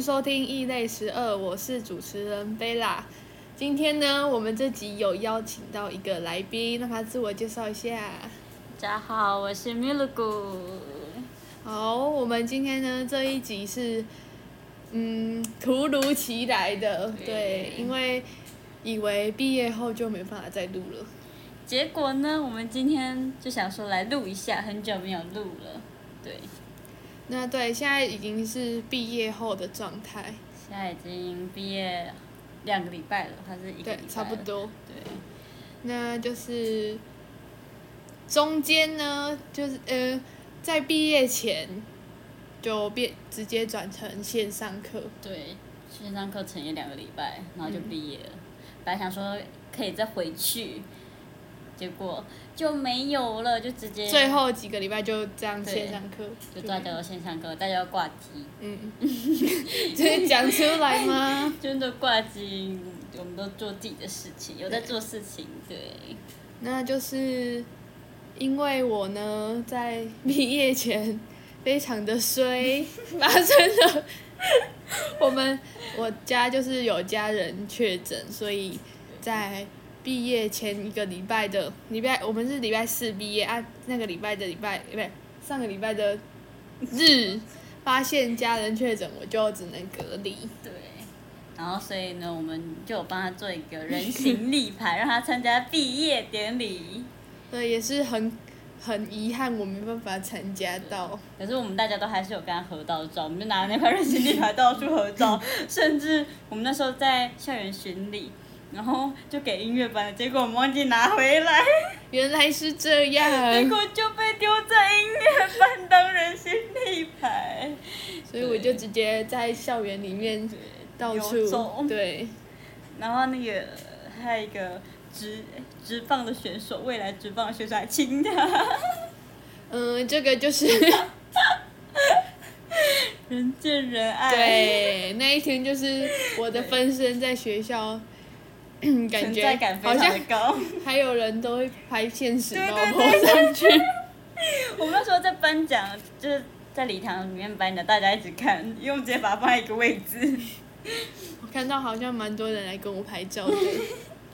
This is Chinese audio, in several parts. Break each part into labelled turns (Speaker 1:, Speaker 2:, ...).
Speaker 1: 收听《异类十二》，我是主持人贝拉。今天呢，我们这集有邀请到一个来宾，让他自我介绍一下。
Speaker 2: 大家好，我是米露谷。
Speaker 1: 好，我们今天呢这一集是，嗯，突如其来的，对，因为以为毕业后就没办法再录了，
Speaker 2: 结果呢，我们今天就想说来录一下，很久没有录了。对，
Speaker 1: 那对，现在已经是毕业后的状态，
Speaker 2: 现在已经毕业两个礼拜了，还是一个
Speaker 1: 对
Speaker 2: 礼拜，
Speaker 1: 差不
Speaker 2: 了。
Speaker 1: 多。
Speaker 2: 对，
Speaker 1: 那就是中间呢，就是呃，在毕业前就变直接转成线上课，
Speaker 2: 对，线上课程也两个礼拜，然后就毕业了。
Speaker 1: 嗯
Speaker 2: 本来想说可以再回去，结果就没有了，就直接
Speaker 1: 最后几个礼拜就这样
Speaker 2: 对
Speaker 1: 线上课，
Speaker 2: 就大家都线上课，大家都挂机，
Speaker 1: 嗯，直接 讲出来吗？
Speaker 2: 真的挂机。我们都做自己的事情，有在做事情，对。
Speaker 1: 那就是因为我呢，在毕业前非常的衰，发生了我们我家就是有家人确诊，所以在毕业前一个礼拜的礼拜，我们是礼拜四毕业啊，那个礼拜的礼拜，不对，上个礼拜的日。发现家人确诊，我就只能隔离。
Speaker 2: 对，然后所以呢，我们就有帮他做一个人形立牌，让他参加毕业典 礼。
Speaker 1: 对，也是很很遗憾，我没办法参加到。
Speaker 2: 可是我们大家都还是有跟他合到照，我们就拿那块人形立牌到处合照， 甚至我们那时候在校园巡礼，然后就给音乐班了，结果我们忘记拿回来，
Speaker 1: 原来是这样。
Speaker 2: 结果就被丢在音乐班当人形立牌。
Speaker 1: 所以我就直接在校园里面到
Speaker 2: 游走
Speaker 1: 处对，
Speaker 2: 然后那个还有一个直哎直棒的选手，未来直棒的选手还亲 他。
Speaker 1: 嗯，这 个就是
Speaker 2: 人见人爱。
Speaker 1: 对那一天就是我的分身在学 校，感
Speaker 2: 存
Speaker 1: 觉
Speaker 2: 在感
Speaker 1: 好
Speaker 2: 非常
Speaker 1: 像
Speaker 2: 的高。
Speaker 1: 还有人都会拍现实
Speaker 2: 对
Speaker 1: 包
Speaker 2: 对
Speaker 1: 包上去，
Speaker 2: 我们那时候在颁奖，就是在礼堂里面颁奖，大家一直看，因为我们直接把它放在一个位 置，
Speaker 1: 我 看到好像蛮多人来跟我拍照 的，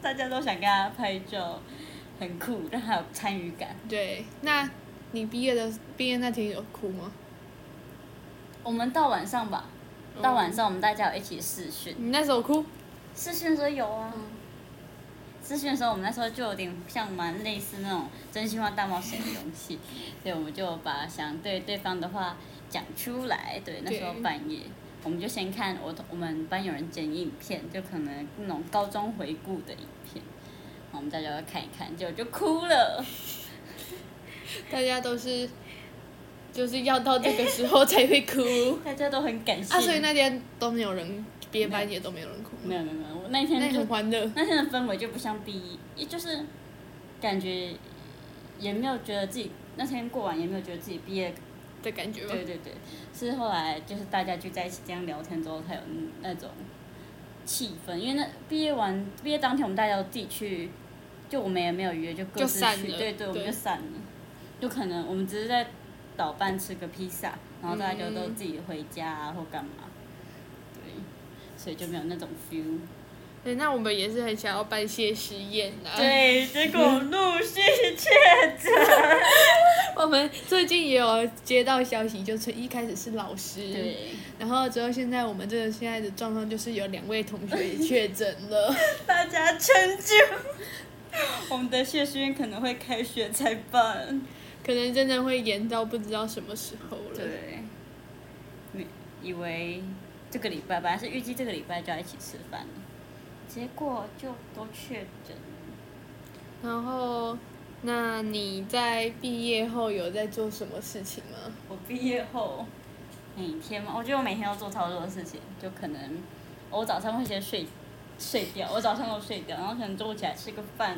Speaker 2: 大家都想跟他拍照，很酷，让他有参与感。
Speaker 1: 对，那你毕业的毕业那天有哭吗？
Speaker 2: 我们到晚上吧，到晚上我们大家有一起试训，
Speaker 1: 你那时候哭？
Speaker 2: 试训的时候有啊。
Speaker 1: 嗯
Speaker 2: 试训的时候，我们那时候就有点像蛮类似那种真心话大冒险的游戏，
Speaker 1: 嗯
Speaker 2: 所以我们就把想对对方的话讲出来。对，那时候
Speaker 1: 对
Speaker 2: 半夜，我们就先看我我们班有人剪影片，就可能那种高中回顾的影片，然后我们大家就看一看，结果就哭了。
Speaker 1: 大家都是就是要到这个时候才 会哭
Speaker 2: 大家都很感谢。
Speaker 1: 嗯啊，所以那天都没有人，别班也都没有人哭吗。
Speaker 2: 没有没有没有，我那
Speaker 1: 那
Speaker 2: 天
Speaker 1: 你
Speaker 2: 就
Speaker 1: 很欢乐。
Speaker 2: 那天的氛围就不像毕业，也就是感觉也没有觉得自己那天过完也没有觉得自己毕业
Speaker 1: 的感觉吧
Speaker 2: 对。对对，是后来就是大家聚在一起这样聊天之后，才有那种气氛。因为那毕业完，毕业当天我们大家都自己去，就我们也没有约，就各
Speaker 1: 就
Speaker 2: 自
Speaker 1: 散
Speaker 2: 去。
Speaker 1: 了
Speaker 2: 对对，我们
Speaker 1: 对
Speaker 2: 就散了。就可能我们只是在岛办吃个披萨，然后大家就都
Speaker 1: 嗯
Speaker 2: 自己回家啊、或干嘛。对，所以就没有那种 feel。
Speaker 1: 对，那我们也是很想要办谢师宴啊啦。，
Speaker 2: 对，结果陆续确
Speaker 1: 我们最近也有接到消息，就是一开始是老师，
Speaker 2: 对，
Speaker 1: 然后之后现在我们这个现在的状况就是有两位同学确诊了，
Speaker 2: 大家撑住。我们的谢师宴可能会开学才办。
Speaker 1: 可能真的会延到不知道什么时候了。
Speaker 2: 对，没以为这个礼拜本来是预计这个礼拜就要一起吃饭了，结果就都确诊。
Speaker 1: 然后，那你在毕业后有在做什么事情吗？
Speaker 2: 我毕业后每天嘛，我觉得我每天要做超多的事情，就可能哦我早上会先睡睡掉，我早上都睡掉，然后可能中午起来吃个饭，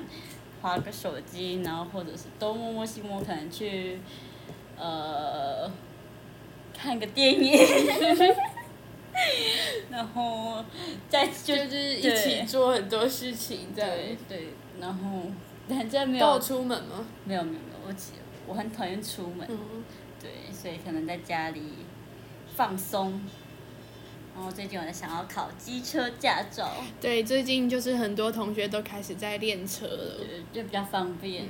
Speaker 2: 划个手机，然后或者是东摸摸西摸，可能去呃看个电影。 然后再就
Speaker 1: 就是一
Speaker 2: 对
Speaker 1: 起做很多事情，这
Speaker 2: 对
Speaker 1: 样。
Speaker 2: 对，然后但这没
Speaker 1: 都有
Speaker 2: 有
Speaker 1: 出门吗？
Speaker 2: 没有没有没有，我其我很讨厌出门，
Speaker 1: 嗯，
Speaker 2: 对，所以可能在家里放松，然后最近我在想要考机车驾照，
Speaker 1: 对，最近就是很多同学都开始在练车
Speaker 2: 就
Speaker 1: 了。
Speaker 2: 就比较方便。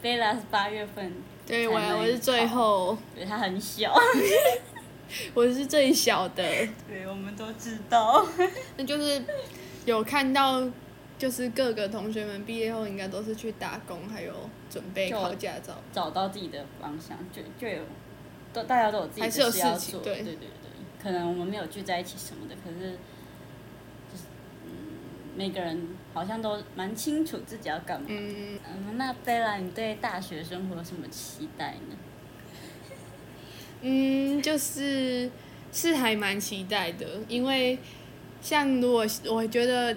Speaker 2: 贝拉是八月份，
Speaker 1: 嗯对我，
Speaker 2: 才能
Speaker 1: 我是最后，
Speaker 2: 对它很小，
Speaker 1: 我是最小的，
Speaker 2: 对我们都知道。
Speaker 1: 那就是有看到，就是各个同学们毕业后应该都是去打工，还有准备
Speaker 2: 就
Speaker 1: 考驾照。
Speaker 2: 找到自己的方向，就就有都大家都有自己
Speaker 1: 还
Speaker 2: 的
Speaker 1: 是有
Speaker 2: 事要
Speaker 1: 事情
Speaker 2: 做，
Speaker 1: 对
Speaker 2: 对对对，可能我们没有聚在一起什么的，可是就是嗯，每个人好像都蛮清楚自己要干嘛。
Speaker 1: 嗯，
Speaker 2: 嗯，那贝拉，你对大学生活有什么期待呢？
Speaker 1: 嗯，就是是还蛮期待的，因为像如果我觉得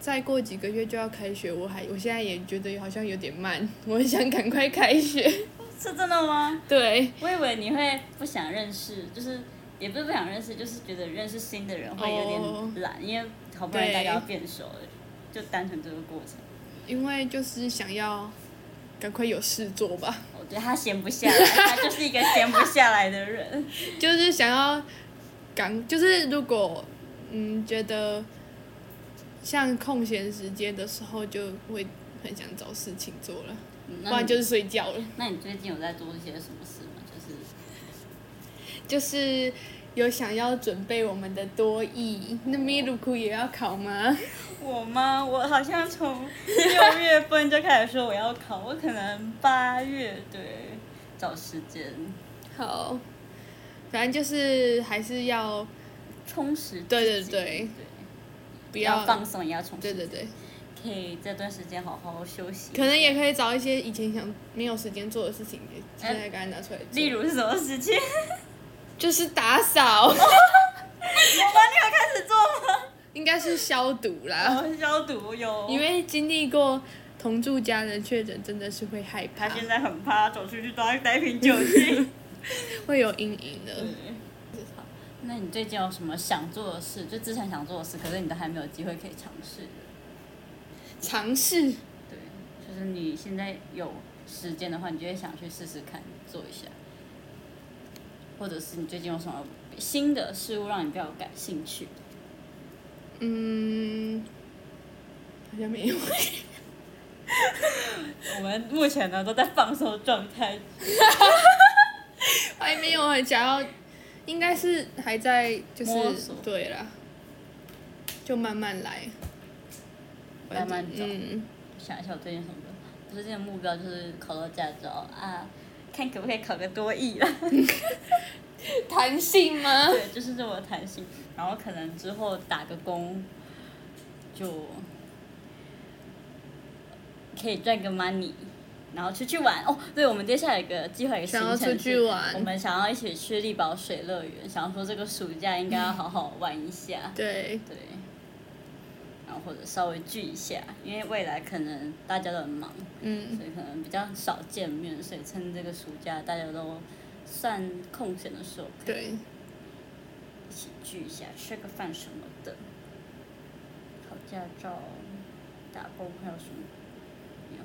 Speaker 1: 再过几个月就要开学，我还我现在也觉得好像有点慢，我很想赶快开学。
Speaker 2: 是真的吗？
Speaker 1: 对，
Speaker 2: 我以为你会不想认识，就是也不是不想认识，就是觉得认识新的人会有
Speaker 1: 哦
Speaker 2: 点懒因为好不容易大家要
Speaker 1: 对
Speaker 2: 变熟了，就单纯这个过程。
Speaker 1: 因为就是想要赶快有事做吧，
Speaker 2: 我觉得他闲不下来，他就是一个闲不下来的 人。
Speaker 1: 就是想要赶，就是如果嗯觉得像空闲时间的时候，就会很想找事情做了，不
Speaker 2: 那
Speaker 1: 然
Speaker 2: 你
Speaker 1: 就是睡觉了。
Speaker 2: 那你最近有在做一些什么事吗？就是
Speaker 1: 就是有想要准备我们的多艺，那咪鲁库也要考吗？
Speaker 2: 我吗？我好像从六月份就开始说我要考，我可能八月对找时间
Speaker 1: 好，反正就是还是要
Speaker 2: 充实自己。
Speaker 1: 对对对不
Speaker 2: 不要
Speaker 1: 要
Speaker 2: 放松，也要充实。
Speaker 1: 对对对，
Speaker 2: 可以这段时间好好休息。
Speaker 1: 可能也可以找一些以前想没有时间做的事情，现在赶快拿出来做。
Speaker 2: 例如是什么事情？
Speaker 1: 就是打 扫，
Speaker 2: 我帮你有开始做吗？
Speaker 1: 应该是消毒啦。
Speaker 2: 我消毒有。
Speaker 1: 因为经历过同住家人确诊，真的是会害
Speaker 2: 他
Speaker 1: 怕，
Speaker 2: 现在很怕，走出去都要带一瓶酒精。
Speaker 1: 会有阴影的。
Speaker 2: 嗯那你最近有什么想做的事？就之前想做的事，可是你都还没有机会可以尝试的。
Speaker 1: 尝试
Speaker 2: 对，就是你现在有时间的话，你就会想去试试看，做一下。或者是你最近有什么新的事物让你比较感兴趣？
Speaker 1: 嗯，好像 没有。
Speaker 2: 我们目前呢都在放松状态，
Speaker 1: 还没有很想要，应该是还在就
Speaker 2: 摸
Speaker 1: 是
Speaker 2: 索
Speaker 1: 对啦，就慢慢来，
Speaker 2: 慢慢
Speaker 1: 反
Speaker 2: 找
Speaker 1: 正嗯，
Speaker 2: 想一下我最近有什么，我最近的目标就是考到驾照啊，看可不可以考个多亿啊啦。
Speaker 1: 弹性吗？
Speaker 2: 对，就是这么弹性。然后可能之后打个工，就可以赚个 money，然后出去玩。哦，对，我们接下来有个计划，一个行
Speaker 1: 想要
Speaker 2: 程
Speaker 1: 出
Speaker 2: 是
Speaker 1: 去玩
Speaker 2: 我们想要一起去力宝水乐园，想要说这个暑假应该要好好玩一下。
Speaker 1: 对，
Speaker 2: 对。然后或者稍微聚一下，因为未来可能大家都很忙，
Speaker 1: 嗯，
Speaker 2: 所以可能比较少见面，所以趁这个暑假大家都算空闲的时候，
Speaker 1: 对，
Speaker 2: 一起聚一下，吃个饭什么的。考驾照、打工还有什么？没有。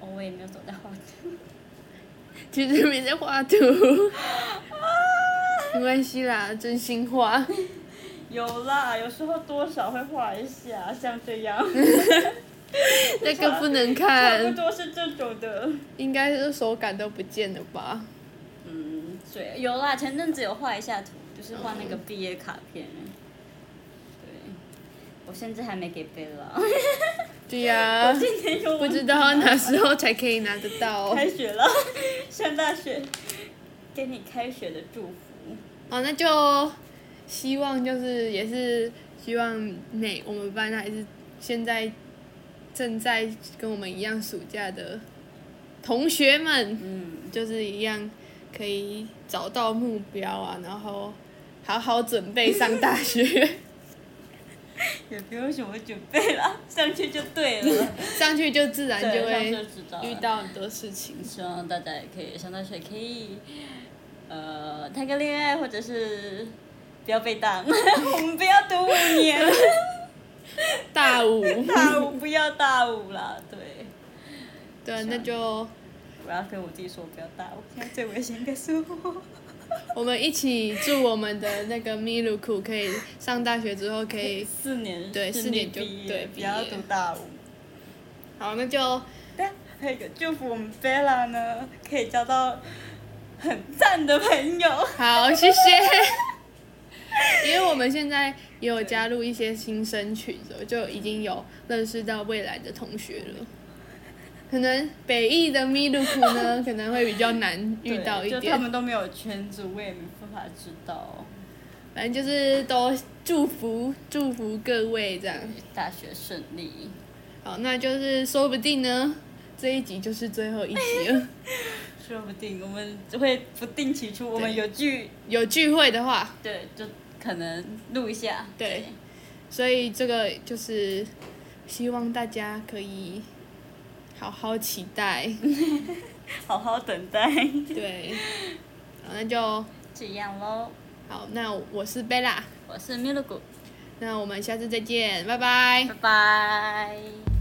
Speaker 2: 哦，我也没有走在后头。
Speaker 1: 其实没在画 图，没关系啦，真心话。
Speaker 2: 有啦，有时候多少会画一下，像这样，
Speaker 1: 那个不能
Speaker 2: 差不
Speaker 1: 看，
Speaker 2: 多是这种的。
Speaker 1: 应该是手感都不见了吧？
Speaker 2: 嗯，对，有啦，前阵子有画一下图，就是画那个毕业卡片。对，我甚至还没给贝拉。
Speaker 1: 对呀、
Speaker 2: 今天有
Speaker 1: 不知道哪时候才可以拿得 到。
Speaker 2: 开学了，上大学，给你开学的祝福。
Speaker 1: 好，哦那就希望就是也是希望每我们班啊还是现在正在跟我们一样暑假的同学们，
Speaker 2: 嗯，
Speaker 1: 就是一样可以找到目标啊，然后好好准备上大 学，
Speaker 2: 也不用什么准备啦，上去就对了，
Speaker 1: 上去就自然
Speaker 2: 对
Speaker 1: 就
Speaker 2: 上
Speaker 1: 会
Speaker 2: 去就知道了
Speaker 1: 遇。到很多事情。
Speaker 2: 希望大家也可以上大学，可以呃谈个恋爱，或者是不要被当， 我们不要读五年，
Speaker 1: 大五，
Speaker 2: 大五不要大五啦，对。
Speaker 1: 对，那就
Speaker 2: 我要跟我弟说不要大五，现在最危险应该是我。
Speaker 1: 我们一起祝我们的那个米鲁库可以上大学之后 可以
Speaker 2: 四年
Speaker 1: 对
Speaker 2: 顺
Speaker 1: 四
Speaker 2: 利
Speaker 1: 年就
Speaker 2: 毕业
Speaker 1: 对
Speaker 2: 不
Speaker 1: 毕
Speaker 2: 要
Speaker 1: 业
Speaker 2: 读大五。
Speaker 1: 好，那就
Speaker 2: 但还有一个祝福我们 Bella 呢，可以交到很赞的朋友。
Speaker 1: 好，谢 谢。因为我们现在也有加入一些新生群了，就已经有认识到未来的同学了。可能北艺的米鲁 库呢，可能会比较难遇到
Speaker 2: 对
Speaker 1: 一
Speaker 2: 就他
Speaker 1: 点。
Speaker 2: 们都没有圈子，我也没办法知道。
Speaker 1: 反正就是都祝福祝福各位这样。
Speaker 2: 大学顺利，
Speaker 1: 好，那就是说不定呢，这一集就是最后一集了。
Speaker 2: 说不定我们就会不定期出，我们有剧，
Speaker 1: 有聚会的话，
Speaker 2: 对，就可能录一下。
Speaker 1: 对所以这个就是希望大家可以好好期待。
Speaker 2: 对，好好等 待，
Speaker 1: 对，好，那就
Speaker 2: 这样喽。
Speaker 1: 好，那我是贝拉，
Speaker 2: 我是米露谷，
Speaker 1: 那我们下次再见，拜拜
Speaker 2: 拜。拜。